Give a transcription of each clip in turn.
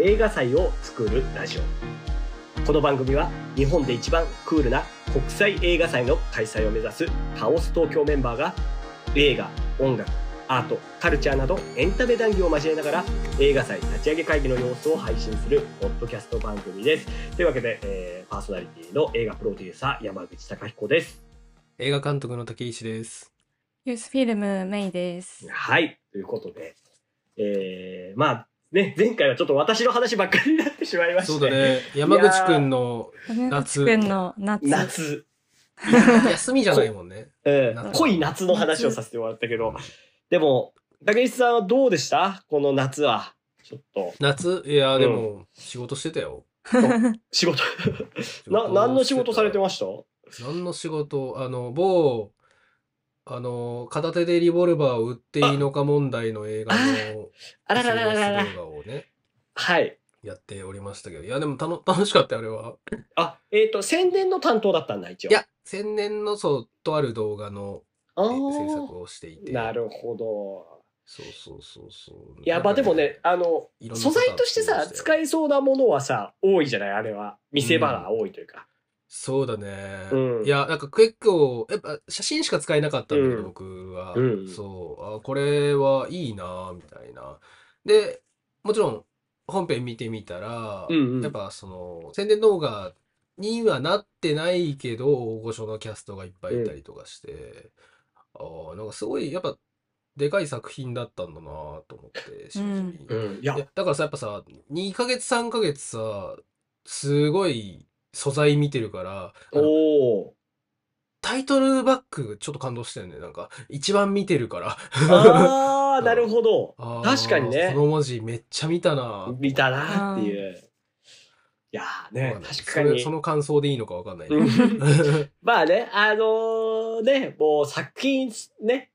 映画祭を作るラジオこの番組は日本で一番クールな国際映画祭の開催を目指すカオス東京メンバーが映画音楽アートカルチャーなどエンタメ談義を交えながら映画祭立ち上げ会議の様子を配信するポッドキャスト番組ですというわけで、えーパーソナリティの映画プロデューサー山口貴彦です映画監督の竹石です。ユースフィルムメイです。はい。ということで、えー、まあ、ね、前回はちょっと私の話ばっかりになってしまいまして。そうだ。ね。山口くんの夏夏くんの夏。 夏。休みじゃないもんね。うん。夏濃い夏の話をさせてもらったけど、でも、竹内さんはどうでしたこの夏は。ちょっと、夏いや、でも、仕事してたよ。仕事。な、何の仕事されてましたす何の仕事あの、某、あの、片手でリボルバーを売っていいのか問題の映画の、あらららららら動。画をね、はい。やっておりましたけど。いや、でも楽 楽しかったよ、あれは。あ、えっ、と、宣伝の担当だったんだ、一応。いや、千年の、そう、とある動画のあえー、制作をしていて。なるほど。そうそうそうそう。いや、まあでもね、あの、いろんな素パターン材としてさ、使えそうなものはさ、多いじゃないあれは。見せ場が多いというか。そうだね。うんいや、なんか結構、やっぱ写真しか使えなかったんだけど、うん僕は。うんそう、あ、これはいいな、みたいな。で、もちろん、本編見てみたら、うんうんやっぱその、宣伝動画にはなってないけど、大御所のキャストがいっぱいいたりとかして、ああ、なんかすごい、やっぱ、でかい作品だったんだなと思って、しみじみ。うん。いやい、や、だからさ、やっぱさ、2ヶ月、3ヶ月さ、すごい素材見てるから、あのお お。タイトルバックちょっと感動したよね。なんか、一番見てるから。ああ、なるほど。あー確かにねこの文字めっちゃ見たな。見たなっていう。いやーねわ、んない確かそれにそ。の感想でいいのかわかんない ね。うんうまあね、あのーね、もう作品ね、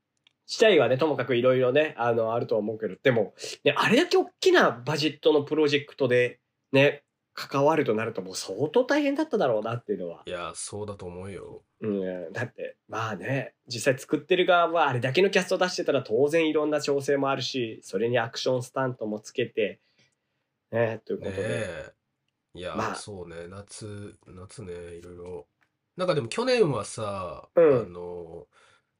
自体はね、ともかくいろいろね、あの、あるとは思うけど、でも、ね、あれだけ大きなバジェットのプロジェクトで、ね、関わるとなるともう相当大変だっただろうなっていうのは。いや、そうだと思うよ。うん、だってまあね実際作ってる側はあれだけのキャスト出してたら当然いろんな調整もあるしそれにアクションスタントもつけてねというこねとで、え。いや、まあそうね、夏、夏ね、いろいろ。なんかでも去年はさ、うんあの、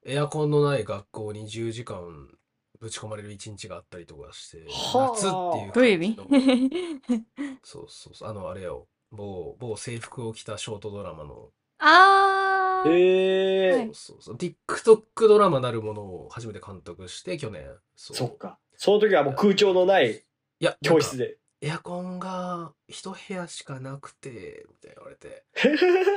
エアコンのない学校に10時間ぶち込まれる一日があったりとかして、はあ夏っていうどういう感じの意味 そうそうそう、あの、あれよ、某、某制服を着たショートドラマの、 あー。えーはいそうそう、TikTok ドラマなるものを初めて監督して、去年、そう。そっかその時はもう空調のないいや、教室で。でエアコンが一部屋しかなくて、みたいな言われて。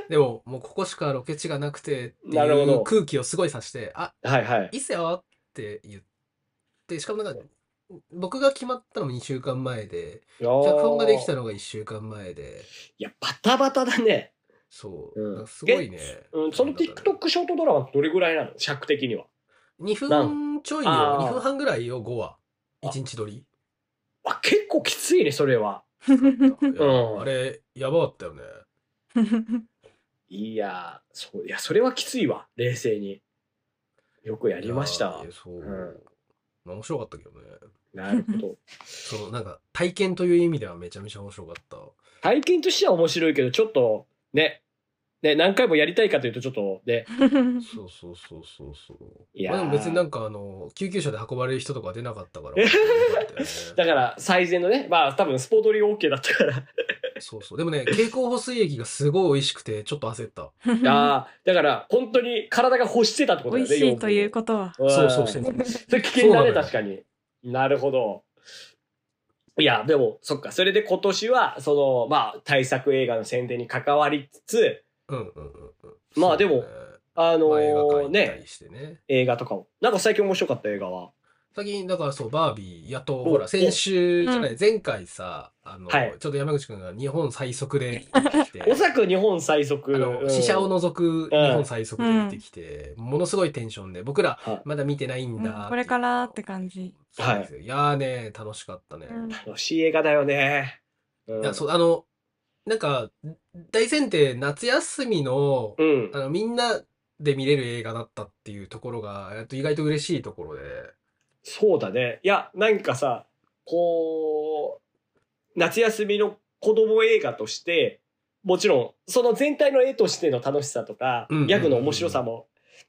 でも、もうここしかロケ地がなくてってなるほいどう空気をすごいさして、あ、はいはいいいっすよって言って、しかもなんか、僕が決まったのも2週間前で、脚脚本ができたのが1週間前で、いやバタバタだね、そう、うんなんかすごいね。うん、そのなんだったね TikTok ショートドラマってどれぐらいなの尺的には ?2 分ちょいよ、あー2分半ぐらいよ、5話。あ1日 撮り。あ結構きついねそれはいやうんあれ、やばかったよね。 いやーそういやそれはきついわ冷静によくやりましたわいやそうう。面白かったけどね。なるほどそのなんか体験という意味ではめちゃめちゃ面白かった。体験としては面白いけど、ちょっと、ね、ね、何回もやりたいかというと、ちょっと、ね、そうそうそうそうそう。いやーまあでも別になんかあの救急車で運ばれる人とかは出なかったから。えへへへよかったよね だから、最善のね、まあ、多分、スポートリー OK だったから。そうそう。でもね、蛍光補水液がすごい美味しくて、ちょっと焦った。ああ、だから、本当に体が欲してたってこと美だよ味ね。しいということは。とそうそうしてそる。れ危険だね、そうなのよ確かに。なるほど。いや、でも、そっか。それで今年は、その、まあ、対策映画の宣伝に関わりつつ、うんうんうんうん。まあでもあのそうだね、まあ映画ー館行ったね、りしてね。映画とかも。なんか最近面白かった映画は。最近、だからそう、バービー、やっと、おほら、先週じゃなうい、前回さ、あの、はいちょっと山口くんが日本最速で来ておそらく日本最速。あのうん死者を除く日本最速で出てきて、ものすごいテンションで、僕らはいまだ見てないんだっていううんこれからって感じ。そうなんですよいやーね、楽しかったね。うん楽しい映画だよね。うんいや、そう、あの、なんか、大前提、夏休みの、うんあ。の、みんなで見れる映画だったっていうところが、えっと意外と嬉しいところで、そうだね。いや、なんかさ、こ夏休みの子供映画として、もちろん、その全体の絵としての楽しさとか、うんうんうんギャグの面白さも、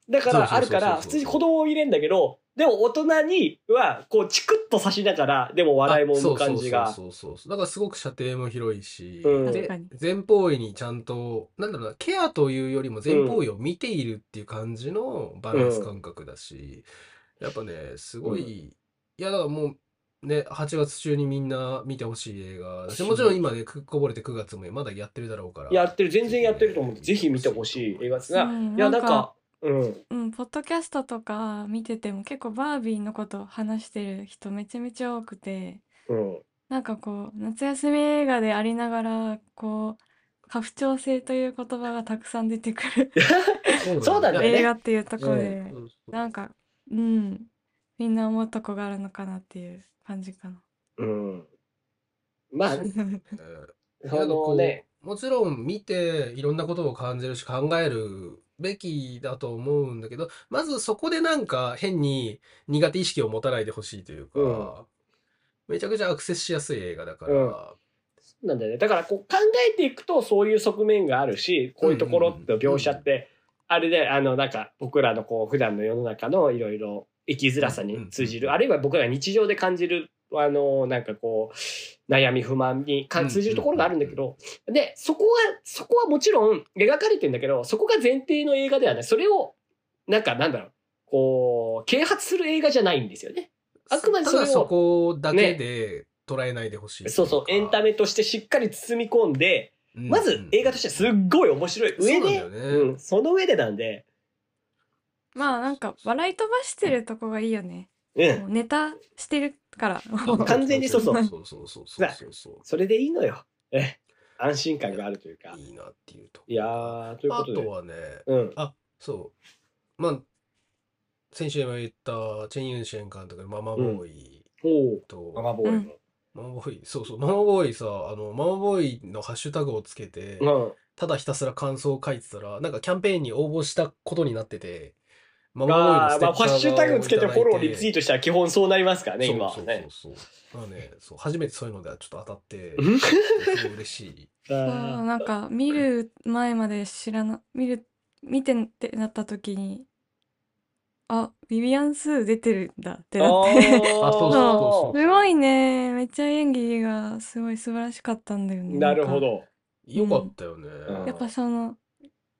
だかそらあうるそうそうそうから、普通に子供を入れんだけど、でも大人には、こう、チクッと刺しながら、でも笑いもあ生む感じが。そうそうそうそうそうだからすごく射程も広いし、うんで確かに前方位にちゃんとなんだろうなケアというよりも前方位を見ているっていう感じのバランス感覚だし、やっぱねすごい、うんいやだからもうね8月中にみんな見てほしい映画だしもちろん今ねくこぼれて9月もまだやってるだろうからやってる、全然やってると思うんで、ぜひ見てほしい映画ですが、うんいや、ななんんかか、うん。うん、ポッドキャストとか見てても結構バービーのこと話してる人めちゃめちゃ多くて、うん。なんかこう、夏休み映画でありながら、こう、家父長制という言葉がたくさん出てくるそうだね映画っていうところうで、なんか、うん、みんな思うとこがあるのかなっていう感じかな。うん。まあ、うんうんそなんかこのうね、もちろん見ていろんなことを感じるし考えるべきだと思うんだけど、まずそこでなんか変に苦手意識を持たないでほしいというか、めちゃくちゃアクセスしやすい映画だから、うんなんだよね。だからこう考えていくとそういう側面があるし、こういうところの描写って、あれで、あの、なんか僕らのこう普段の世の中のいろいろ生きづらさに通じうんる、うんあるいは僕らが日常で感じる、あの、なんかこう、悩み不満にかうん通じるところがあるんだけど、で、そこは、そこはもちろん描かれてんだけど、そこが前提の映画ではない。それを、なんかなんだろう、こう、啓発する映画じゃないんですよね。あくまでそたれをだそこだけで捉えないでほしいといそうそう、エンタメとしてしっかり包み込んで、メまず映画としてはすっごい面白い上でそうなんだよねうんその上でなんで、 まあなんか、笑い飛ばしてるとこがいいよね。うもん、うネタしてるから、もう 完全にそうそうそうそうそうそうそう そそれでいいのよ。え安心感があるというかう。。いいなっていうとこいやー、というこあとで。とはね、うん、そう。まあ、先週も言った、チェン・ユンシェン監督のママボーイおう、と、ママボーイママボーイ、そうそう、ママボーイさ、あの、ママボーイのハッシュタグをつけて、の。ただひたすら感想を書いてたら、なんかキャンペーンに応募したことになってて、マうん、マボーイのあスーテまッあ、カハーッシュタグつけてをいただいフォロー、リツイートしたら基本そうなりますからね、今はそうね。そうそうそう。まあね、そう、初めてそういうのでちょっと当たって、うんすごい嬉しい。そう、あなんか見る前まで知らな、見る、見てんってなった時に、あ、ビビアン・スー出てるんだってーなって、あそうそうそうそう すごいね、めっちゃ演技がすごい素晴らしかったんだよね。なるほなんかど。よかったよね。んやっぱその、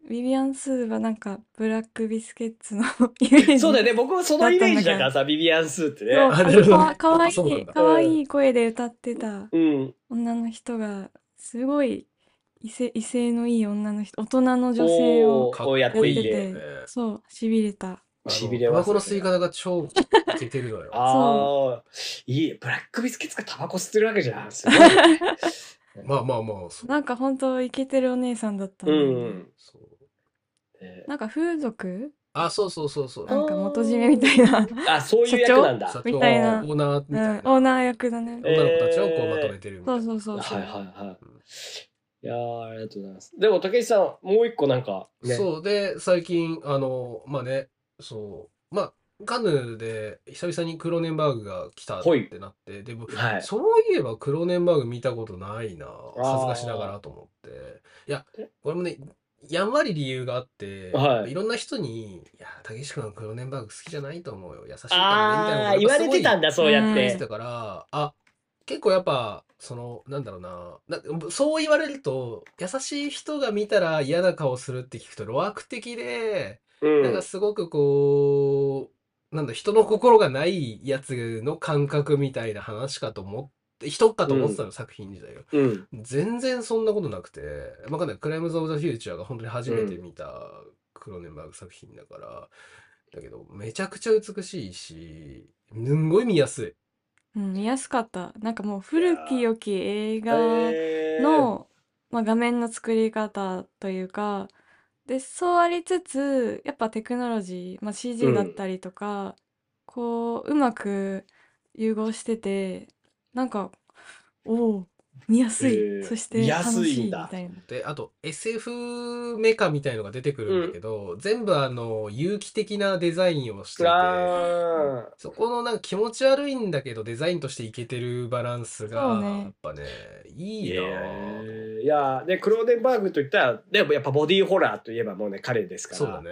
ビビアン・スーはなんかブラックビスケッツの イメージ。そうだよね、僕もそのイメージだからさ、ビビアンスーってね。そう あなるほどかわかわいそうなんい、だかわいい声で歌ってたうん。女の人が、すごい威勢、威勢のいい女の人、大人の女性をおーこうやっていいやっね。てそう、しびれた。あの痺れタますねバコの吸い方が超似てるのよ。ああ、いい。ブラックビスケッツがタバコ吸ってるわけじゃん。すご いねまあまあまあ、そう。なんか本当イケてるお姉さんだったんうだよねんうん。そうえーなんか風俗あ、そうそうそうそう。なんか元締めみたい な、あ、そういう役なんだ。社は長みたいなオーナーみうん、たいオな。ーナー役だね。え女の子たちをこうまとめてるみたそいうな。そうそいうそ はう。いはいうん。いやーありがとうございます。でも、武井さん、もう一個なんか、ね。そうで、最近、あの、まあね、そう、まあ、カヌーで久々にクロネンバーグが来たっはいてなって、でも、はい。そういえばクロネンバーグ見たことないな、ー恥ずかしながらと思って。いやえ、これもね、やんわり理由があって、はいいろんな人に、いや、たけし君はクロネンバーグ好きじゃないと思うよ、優しいからああ、ね、言みたわれいなことがすごいてたんだ、そうやっ言ってて。たから、あ、結構やっぱ、その、なんだろうな、な、そう言われると、優しい人が見たら嫌な顔するって聞くと、露悪的で、うなんんか。すごくこう、なんだ、人の心がないやつの感覚みたいな話かと思って、人かと思ってたの、作品自体が。うん。全然そんなことなくて、わかんない、クライムズ・オブ・ザ・フューチャーが本当に初めて見たクロネンバーグ作品だから、だけど、めちゃくちゃ美しいし、すんごい見やすい。うん、見やすかった。なんかもう古き良き映画えーの、まあ、画面の作り方というか、で、そうありつつ、やっぱテクノロジー、まあ、う CG んだったりとか、こう、うまく融合してて、なんか、おお、見やすい、えーそして見やすいん楽しいみだたいな。で、あと SF メカみたいのが出てくるんだけど、全部あの、有機的なデザインをしていて、あそこのなんか気持ち悪いんだけど、デザインとしていけてるバランスが、そうねやっぱね、ーいいいやなぁ。ーいやーでクローデンバーグといったらでもやっぱボディーホラーといえばもうね彼ですからそうだね。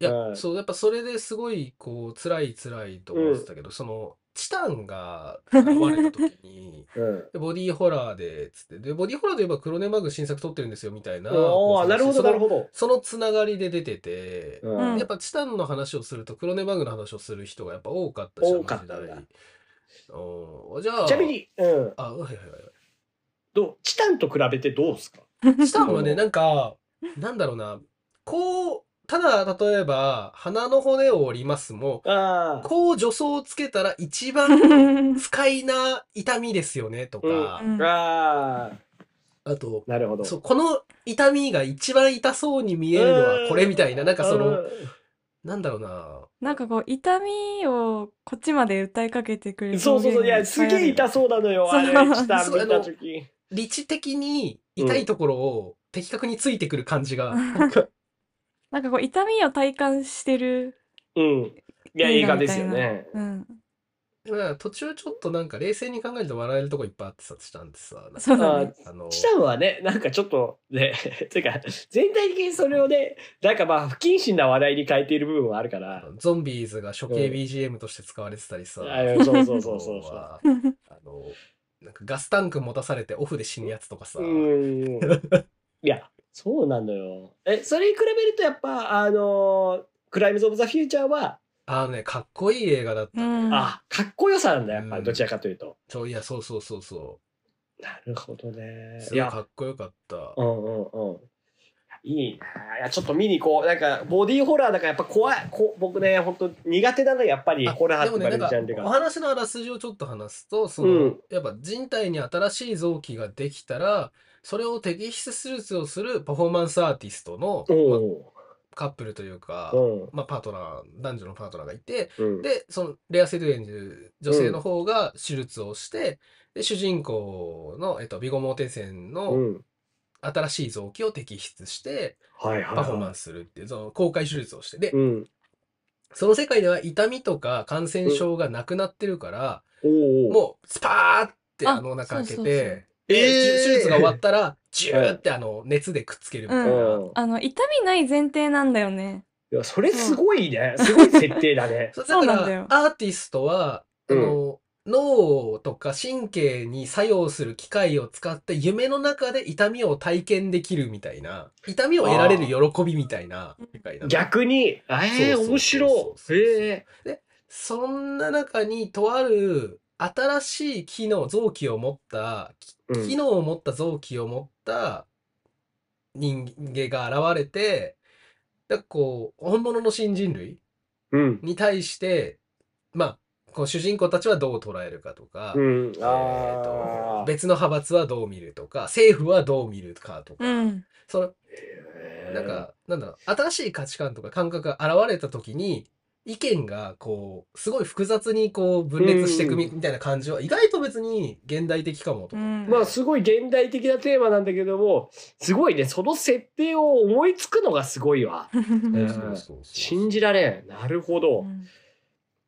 いや、うんそう、やっぱそれですごい、こう、辛い辛いと思ってたけど、その、チタンが現れた時に、 うんでボディーホラーで、つって、で、ボディーホラーといえばクロネマグ新作撮ってるんですよ、みたいな。おこーうなるほどそのなるほどそのつながりで出てて、うんやっぱチタンの話をするとクロネバグの話をする人がやっぱ多かったし、多かったんだあの時代おじゃあ、ちなみに、うん、あ、はいはいはどうチタンと比べてどうですかい。 チタンはうね、んなんか、なんだろうな、こう、ただ例えば、鼻の骨を折りますも、ああ、こう助走をつけたら一番不快な痛みですよね、とかう、んああ、あと、なるほど。そう、この痛みが一番痛そうに見えるのはこれみたいな、なんかその、なんだろうな、なんかこう痛みをこっちまで訴えかけてくれうんるそうそうそう、い表や、現すがげえぱある痛そうなのよ、あれ、そうチタンそう見たと き。理知的に痛いところを的確についてくる感じが、 なんかこう痛みを体感してる、うん。いや、映画ですよみたね。うん、まあ途中ちょっとなんか冷静に考えると笑えるとこいっぱいあってさ、チタンってさ、なんかそうだね。あの、チタンはね、なんかちょっとね、 ていうか、全体的にそれをね、なんかまあ、不謹慎な話題に変えている部分はあるから。ゾンビーズが処刑うん BGM として使われてたりさ、あそうそうそうそうあとそはあの、なんかガスタンク持たされてオフで死ぬやつとかさ、う。 うん。いや、そうなのよ。え、それに比べると、やっぱ、あの、クライムズ・オブ・ザ・フューチャーは、あのね、かっこいい映画だった。 うん、あ、かっこよさなんだ、やっぱうり、んどちらかというと。ちょ、いや、そうそうそうそなるほどねう。。すいごいや、かっこよかったう。んうんうん。いいなあいやちょっと見に行こう。なんか、ボディーホラーだからやっぱ怖い。こ僕ね、本当苦手なのやっぱりあホラーでっても言わね、れるジャなンんルか、おが。話のあらすじをちょっと話すと、その、うんやっぱ人体に新しい臓器ができたら、それを摘出手術をするパフォーマンスアーティストの、おまおあカップルというかう、ん。まあ、パートナー、男女のパートナーがいて、うん。で、そのレア性デュエンジ女性の方が手術をして、で、主人公の、えっと、ビゴモーテンセンうのん。新しい臓器を摘出して、はいはい。パフォーマンス。スするっていう、その公開手術をして、でう、ん。その世界では痛みとか感染症がなくなってるから、おお。もう、スパーってああの中開けそうそうそうて、でえー手術が終わったら、ジューってあの、熱でくっつけるみたいな。うん。あの痛みない前提なんだよね。いや、それすごいね。すごい設定だ ね。そうそうだなかんだらよ、アーティストは、あの、脳とか神経に作用する機械を使って夢の中で痛みを体験できるみたいな、痛みを得られる喜びみたいな世界なの逆に、ええ、そうそうそうそう面白い。へえ。そんな中にとある新しい機能、臓器を持った、きうん機能を持った臓器を持った人間が現れて、だからこう、本物の新人類うん。に対して、まあ、こう主人公たちはどう捉えるかとか、うん。えーあと、あ。別の派閥はどう見るとか、政府はどう見るかとか、うん。その、へえなん、か、なんだろう、新しい価値観とか感覚が現れた時に、意見が、こう、すごい複雑に、こう、分裂していくみうみたいな感じは、意外と別に現代的かもとう思って。ん。まあすごい現代的なテーマなんだけども、すごいね、その設定を思いつくのがすごいわ。うんうんそうそうそう信じられん。なるほど。うん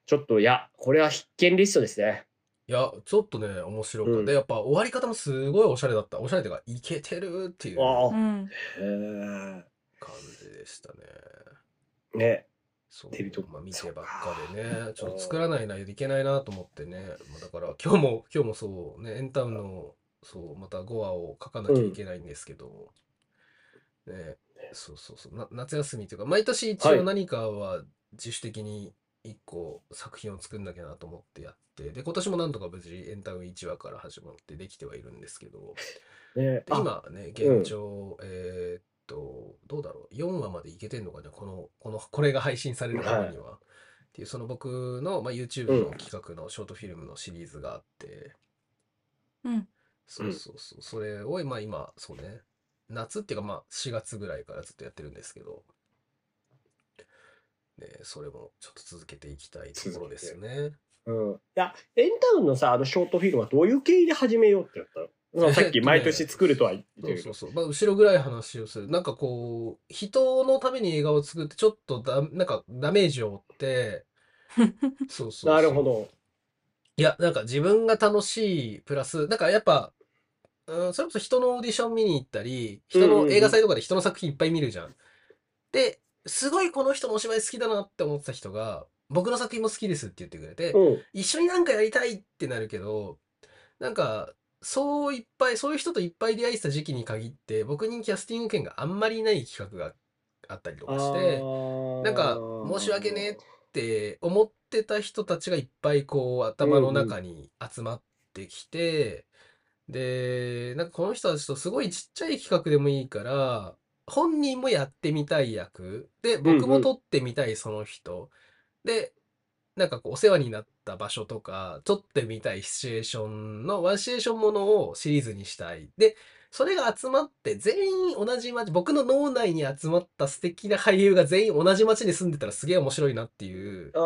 ちょっと、いや、これは必見リストですね。いや、ちょっとね、面白くうんて、やっぱ終わり方もすごいおしゃれだった。おしゃれというか、イケてるっていうああうん。へ感じでしたね。え。ね。そう、テレビとまあ見てそうばかっかでね、ちょっと作らないな、いけないなと思ってね、まあ、だから今日も、今日もそう、ね、エンタウンの、そう、また5話を書かなきゃいけないんですけど、ね、そうそうそう、な夏休みというか、毎年一は応い何かは自主的に1個作品を作んなきゃなと思ってやって、で、今年もなんとか無事エンタウン1話から始まってできてはいるんですけど、ねで、今ね、現状、えーっと、どうだろう、4話までいけてんのかな、この、この、 これが配信される頃には。っていう、その僕の、まあ、YouTube のうん企画のショートフィルムのシリーズがあって、うん。そうそうそう、それを、まあ今、そうね、夏っていうか、まあ4月ぐらいからずっとやってるんですけど、ね、それもちょっと続けていきたいところですよね。うん。いや、エンタウンのさ、あのショートフィルムはどういう経緯で始めようってやったのまあ さっき毎年作るとは言ってるけそどうそうそう。まあ、後ろぐらい話をする。なんかこう、人のために映画を作って、ちょっとだ、なんかダメージを負 って、そうそうなるそうほど。いや、なんか自分が楽しい、プラス、なんかやっぱ、うん、それこそ人のオーディション見に行ったり、人うんうんうのん映画祭とかで人の作品いっぱい見るじゃん。で、すごいこの人のお芝居好きだなって思ってた人が、僕の作品も好きですって言ってくれて、うん。一緒になんかやりたいってなるけど、なんか、そういっぱい、そういう人といっぱい出会いした時期に限って、僕にキャスティング権があんまりない企画があったりとかして、なんか申し訳ねえって思ってた人たちがいっぱいこう頭の中に集まってきて、で、なんかこの人たちとすごいちっちゃい企画でもいいから、本人もやってみたい役、で、僕うんうもん撮ってみたいその人、で、なんかこうお世話になった場所とか、撮ってみたいシチュエーションのワンシチュエーションものをシリーズにしたい。で、それが集まって全員同じ町、僕の脳内に集まった素敵な俳優が全員同じ町に住んでたらすげえ面白いなっていう、あ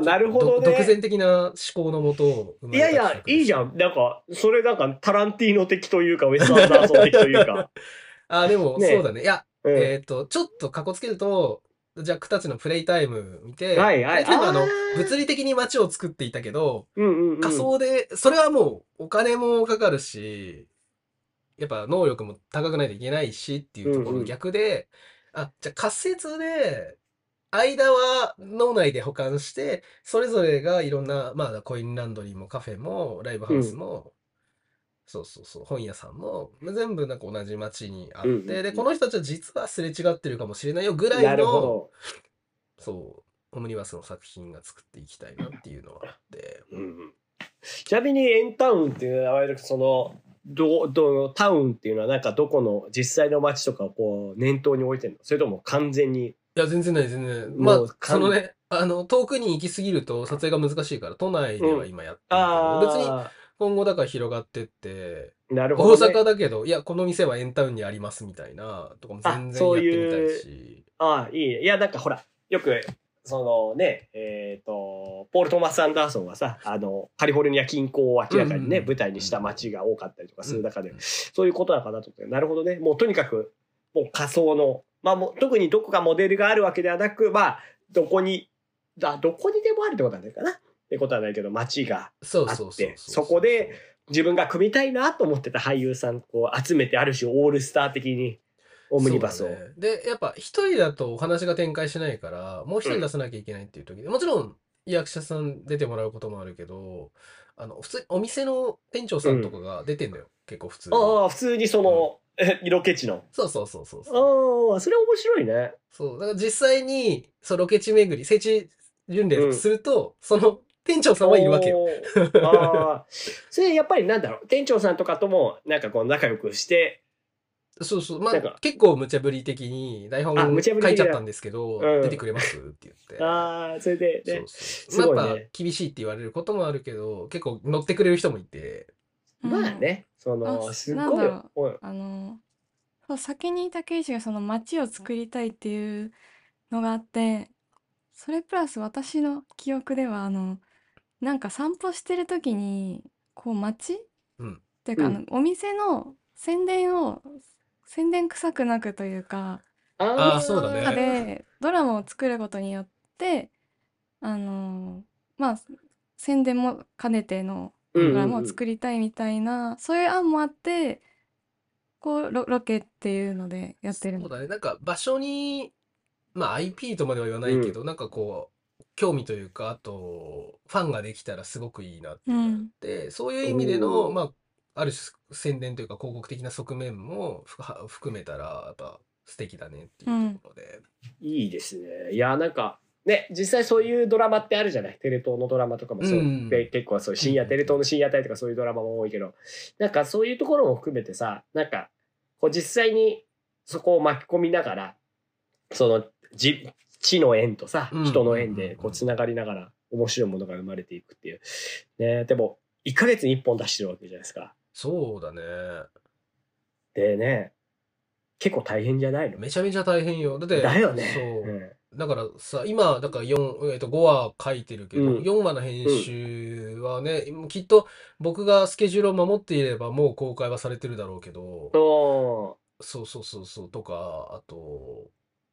ーなるほど独ね。善的な思考のもと、生まいれやたいや、企画いいじゃん。なんか、それなんか、タランティーノ的というか、ウェストアンダーソン的というか。あ、でもねえそうだね。いや、うん えっと、ちょっとかこつけると、ジャックたちのプレイタイム見て、はいはいプレイタイムはあのあ、ー物理的に街を作っていたけど、うんうんうん。仮想で、それはもうお金もかかるし、やっぱ能力も高くないといけないしっていうところうんうのん逆で、あ、じゃあ仮説で、間は脳内で保管して、それぞれがいろんな、まあコインランドリーもカフェもライブハウスも、そうそうそう、本屋さんも、全部なんか同じ街にあっうんうんうて、んで、この人たちは実はすれ違ってるかもしれないよぐらいなるほの、ど。そう、オムニバスの作品が作っていきたいなっていうのはあって、ちなみにエンタウンっていう名前でそのどどタウンっていうのはなんかどこの実際の街とかをこう念頭に置いてるのそれとも完全にいや、全然ない、全然ない。まあ、もうそ完のね、あの、遠くに行き過ぎると撮影が難しいから、都内では今やってるけあど、別にあ今後だから広がってって、ーなる大ほど、ね、阪だけど、いや、この店はエンタウンにありますみたいな、とかも全あ然そうやってみたいいうし。ああいいねいやなんかほらよくそのねえっ、とポール・トーマス・アンダーソンはさあのカリフォルニア近郊を明らかにね、うんうん舞台にした街が多かったりとかする中で、うんそういうことなのかなと思ってなるほどねもうとにかくもう仮想の、まあ、もう特にどこかモデルがあるわけではなくまあどこにだどこにでもあるってことはないかなってことはないけど街がそうそうそうあってそうそこで、自分が組みたいなと思ってた俳優さんこう集めてある種オールスター的にオムニバスを。そうだねで、やっぱ一人だとお話が展開しないから、もう一人出さなきゃいけないっていう時で、もちろん役者さん出てもらうこともあるけど、あの、普通にお店の店長さんとかが出てんのよ。結構普通に。ああ普通にその、 ロケ地の。そうそうそうそうそう。ああそれ面白いね。そう、だから実際に、そう、ロケ地巡り、聖地巡礼うをんすると、その、店長さんはいるわけよ。おー。ああそれやっぱりなんだろう店長さんとかともなんかこう仲良くしてそうそう、まなあんか、結構無茶ぶり的に、台本あ無茶ぶり的書ないちゃったんですけど、うん出てくれますって言って。ああそれでそうねそう。すごいまあ、ねやっぱ、厳しいって言われることもあるけど、結構乗ってくれる人もいて、まあねそのあすっごいなんだおいあのそう先に武石がその街を作りたいっていうのがあってそれプラス私の記憶ではあのなんか散歩してる時にこう街、うんっていうか、うんあのお店の宣伝を宣伝臭くなくというかああーそうだね中でドラマを作ることによってあのまあ宣伝も兼ねてのうんうんうんドラマを作りたいみたいなそういう案もあってこうロロケっていうのでやってるそうのだね。なんか、場所に、まあ、IP とまでは言わないけど、なんかこう、興味というか、あと、ファンができたらすごくいいなっていうのがあって、そういう意味での、おーまあ、ある種宣伝というか広告的な側面もふは含めたら、やっぱ素敵だねっていうところで。いいですねいやなんかね実際そういうドラマってあるじゃないテレ東のドラマとかもそう、うんで結構そう深夜テレ東の深夜帯とかそういうドラマも多いけどなんかそういうところも含めてさなんかこう実際にそこを巻き込みながらそのじ地の縁とさうん人の縁でうんうんこううんつながりながら面白いものが生まれていくっていう、ね、でも1ヶ月に1本出してるわけじゃないですかそうだね。でね結構大変じゃないのめちゃめちゃ大変よ。だって、だよねそう。うんだからさ、今、だから4、えっと、5話書いてるけうど、ん4話の編集はね、もうきっと僕がスケジュールを守っていればもう公開はされてるだろうけど、おそうそうそうそうとか、あと、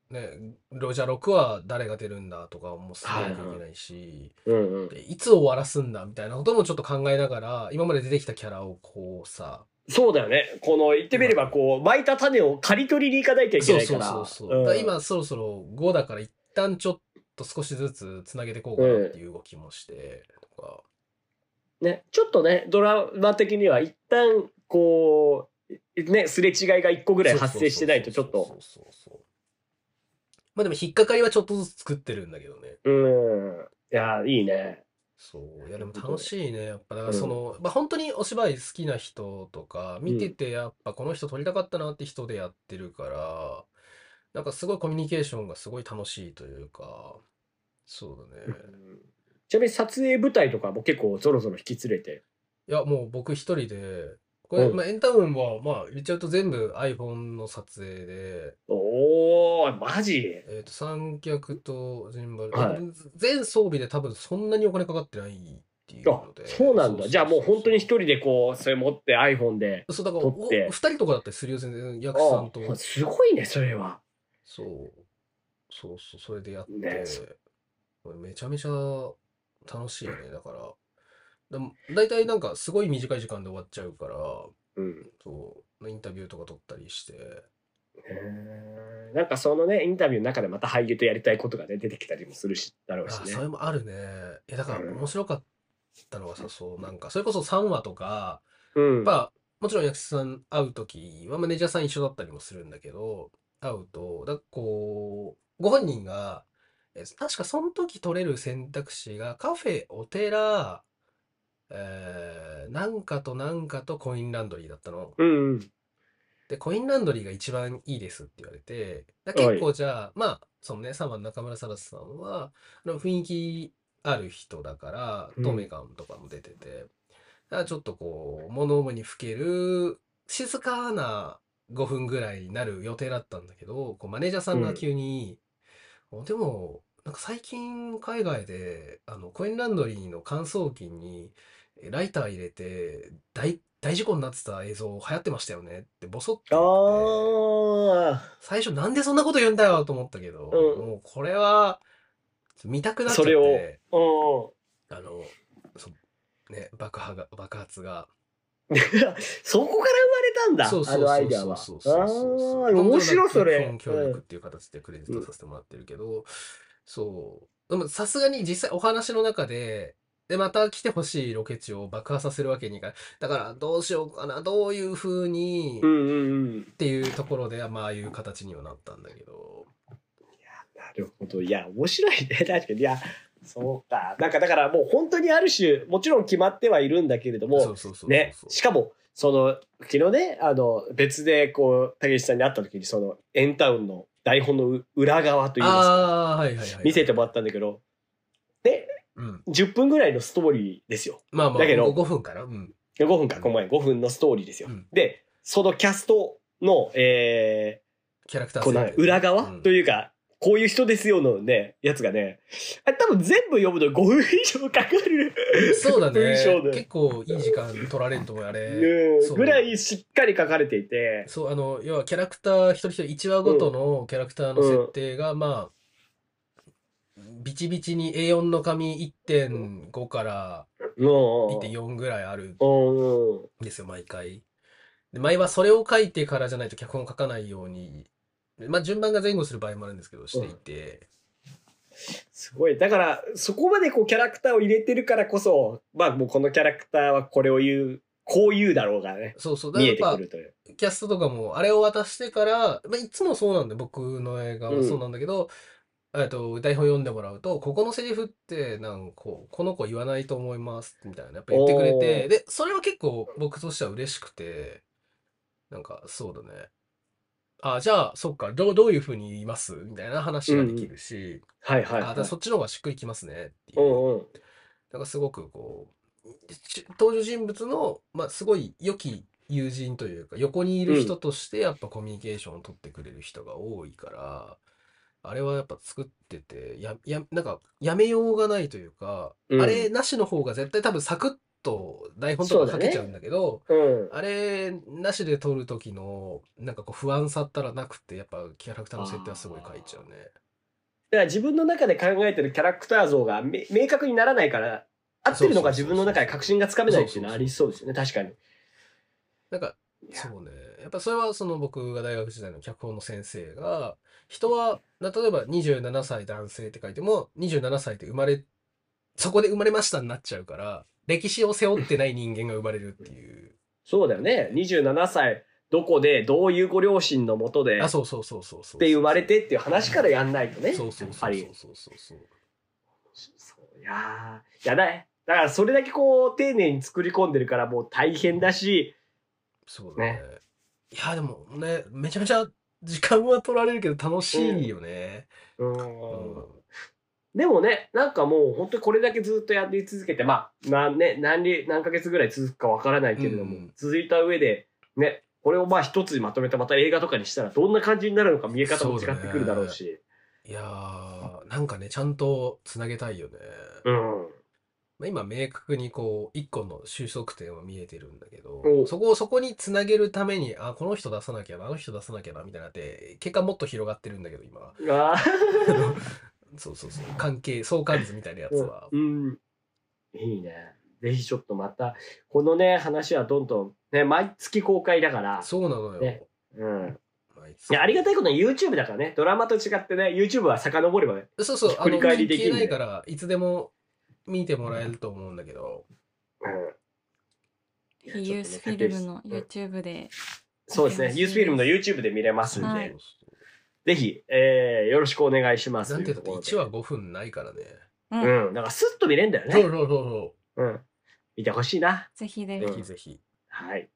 ね、ロジャ6は誰が出るんだとかも進めなきゃいけないし、ーうんうん。でいつ終わらすんだみたいなこともちょっと考えながら、今まで出てきたキャラをこうさ、そうだよね。この、言ってみれば、こう、巻いた種を刈り取りに行かないといけそうないかそうら。そうそう。だから今そろそろ5だから一旦ちょっと少しずつつなげていこうかなっていう動きもしてとか。ね、ちょっとね、ドラマ的には一旦、こう、ね、すれ違いが一個ぐらい発生してないと、ちょっそとう、そうそうそう。まあでも引っかかりはちょっとずつ作ってるんだけどね。うん。いや、いいね。そう。いやでも楽しいね。やっぱだからその、まあ本当にお芝居好きな人とか、見ててやっぱこの人撮りたかったなって人でやってるから、なんかすごいコミュニケーションがすごい楽しいというか、そうだね。ちなみに撮影舞台とかも結構ぞろぞろ引き連れて。いや、もう僕一人で、これ、うんまあ、エンタウンは、まあ、言っちゃうと全部 iPhone の撮影で、おー、マジえっと、三脚とジンバル、はい全装備で多分そんなにお金かかってないっていうあの、で、そうなんだ。じゃあもう本当に一人人でこう、それ持って iPhone で。そう、だから、撮おって二人とかだったりするよ、全然、役者さあんと。あ、すごいね、それは。そう、そうそう、それでやって、ねこれめちゃめちゃ楽しいよね、だから。でも大体なんか、すごい短い時間で終わっちゃうから、うん。そう、インタビューとか撮ったりして、へーなんかそのね、インタビューの中でまた俳優とやりたいことがね、出てきたりもするし、だろうしあ、ねそ。れもあるね。え、だからうん面白かったのはさ、そう、なんか、それこそ3話とか、うん。まあ、もちろん役者さん会うときはマネージャーさん一緒だったりもするんだけど、会うと、だこう、ご本人が、え、確かその時取れる選択肢が、カフェ、お寺、えー、なんかとなんかとコインランドリーだったの。うんうん。で、コインランドリーが一番いいですって言われて、だはい結構じゃあ、まあ、そのね、3番中村サラスさんは、あの雰囲気ある人だから、うん透明感とかも出てて、だからちょっとこう、物思いにふける、静かな5分ぐらいになる予定だったんだけど、こうマネージャーさんうがん急に、おでも、なんか最近海外で、あの、コインランドリーの乾燥機に、えライター入れて大、大事故になってた映像流行ってましたよねってボソってあ言って、あ最初なんでそんなこと言うんだよと思ったけど、うんもうこれは見たくなっちゃっそれをて、ー。うん。 あの、そね、爆破が、爆発が。そこから生まれたんだ、そうあそうのアそイうデそアうは。そうそうそうそう。あー面白いとんそれ。でもなく脚本協力っていう形でクレジットさせてもらってるけど、そう。でもさすがに実際お話の中で、で、また来てほしいロケ地を爆破させるわけにいかない。だからどうしようかな、どういう風にうんっうんうんうん。ていうところで、まあああいう形にはなったんだけど。なるほど。いや、面白いね。 確かに。いや、そうか。なんかだからもう本当にある種、もちろん決まってはいるんだけれども、そうそうそうそう。ね、しかも、その、昨日ね、あの、別で、こう、竹内さんに会った時に、その、エンタウンの台本のう裏側といいますか、ああ、はいはいはい。見せてもらったんだけど、で、うん。 10分ぐらいのストーリーですよ。まあまあ、だけど5分かな。うん。 5分か、ごめん、5分のストーリーですよ。うんで、そのキャストの、えキャラクター、ーこうなんか設定ね裏側、うんというか、こういう人ですよのね、やつがね、あ多分全部読むの5分以上かかる。そう だ文章でね。結構いい時間取られると思うよ、あれ。うそんうぐらいしっかり書かれていて、そう、あの、要はキャラクター一人一人1話ごとのキャラクターの設定が、まあ、ビチビチに A4 の紙1.5からもう1.4ぐらいあるうんうんんですよ、毎回。で、毎はそれを書いてからじゃないと脚本書かないように、まあ順番が前後する場合もあるんですけど、していて。すごい。だから、そこまでこうキャラクターを入れてるからこそ、まあもうこのキャラクターはこれを言う、こう言うだろうがね、そうそう。だか見らえてやくっぱるという。キャストとかも、あれを渡してから、まあ、いつもそうなんで、僕の映画はそうなんだけど、えっと、台本読んでもらうと、ここのセリフって、なんかこう、この子言わないと思います、みたいな、やっぱ言ってくれおーて、で、それは結構僕としては嬉しくて、なんか、そうだね。あ、じゃあ、そっか、どう、どういうふうに言いますみたいな話ができるし、はいはい、あ、だはからいそ。っちの方がしっくりきますね、っていうう。んうん。なんかすごくこう、し登場人物の、まあ、すごい良き友人というか、横にいる人としてやっぱコミュニケーションを取ってくれる人が多いから、あれはやっぱ作ってて、や、や、なんか、やめようがないというか、うんあれなしの方が絶対多分サクッと台本とか書けちゃうんだけど、うん。あれなしで撮る時の、なんかこう不安さったらなくて、やっぱキャラクターの設定はすごい書いちゃうね。だから自分の中で考えてるキャラクター像がめ明確にならないから、合ってるのか自分の中で確信がつかめないっていうのはありそうですよね、確かに。なんか、そうね。やっぱそれはその僕が大学時代の脚本の先生が、人は、な例えば27歳男性って書いても、27歳って生まれ、そこで生まれましたになっちゃうから、歴史を背負ってない人間が生まれるっていう。そうだよね。27歳、どこで、どういうご両親のもとで、あ、っそうそうそうそうそう。て生まれてっていう話からやんないとね。そうそうやっそぱうりそうそうそうそう。そういやーいやだねだからそれだけこう丁寧に作り込んでるからもう大変だしそうだね。いや、でもね、めちゃめちゃ時間は取られるけど楽しいよね。ううんんでもねなんかもう本当にこれだけずっとやり続けてまあ何,、ね、何り何ヶ月ぐらい続くかわからないけれども、うん続いた上でねこれをまあ一つにまとめてまた映画とかにしたらどんな感じになるのか見え方も違ってくるだろうしいやー、なんかね、ちゃんとつなげたいよね。うんまあ今明確にこう一個の収束点は見えてるんだけどおそこをそこにつなげるためにあこの人出さなきゃなあの人出さなきゃなみたいになって結果もっと広がってるんだけど今ああのそうそうそう関係相関図みたいなやつはうん。いいね。ぜひちょっとまた、このね、話はどんどん、ね、毎月公開だから、そうなのよ、ねうん。まあいついや、ありがたいことに YouTube だからね、ドラマと違ってね、YouTube は遡ればね、そうそうあ繰のり返りできるん消えだないよからいつでも見てもらえると思うんだけどうん。ぜひユースフィルムの YouTube で、そうですね、ユースフィルムの YouTube で見れますんで、はそいうそうぜひ、えー、よろしくお願いします。なんて言ったとっいうて1とこ話5分ないからねろでうん。だからスッと見れんだよそうそね。うそうそうん。見てほしいな。ぜひでううんぜひぜひはい。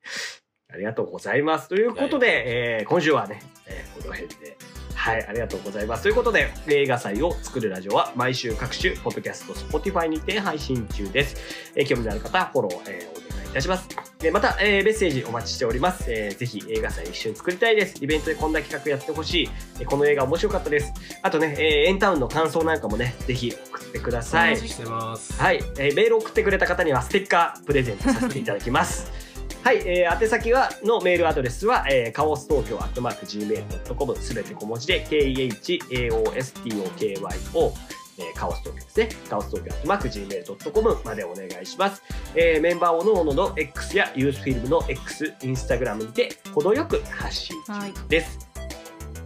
ありがとうございます。ということいやいで、えー今週はね、えーこの辺で。はい、ありがとうございます。ということで、映画祭を作るラジオは毎週各種、ポッドキャスト、Spotify にて配信中です。えー興味のある方はフォロー、えーお願いいたします。でまた、えーメッセージお待ちしております。えーぜひ映画祭一緒に作りたいです。イベントでこんな企画やってほしい。えーこの映画面白かったです。あとね、えーエンタウンの感想なんかもね、ぜひ送ってください同。じしてますはい、えーメールを送ってくれた方にはステッカープレゼントさせていただき ます。はい、えー宛先はのメールアドレスは、えー、カオス東京アットマーク Gmail.com すべて小文字で KEHAOSTOKYO えーカオス東京ですね。カオス東京アットマーク Gmail.com までお願いします。えーメンバーおのおのの X やユースフィルムの X、インスタグラムにて程よく発信はい。です。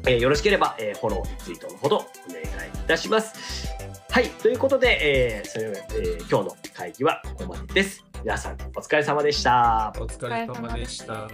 えーよろしければ、えーフォロー、ツイートのほどお願いいたします。はい、ということで、えーそれではえー今日の会議はここまでです。皆さんお疲れ様でした。お疲れ様でした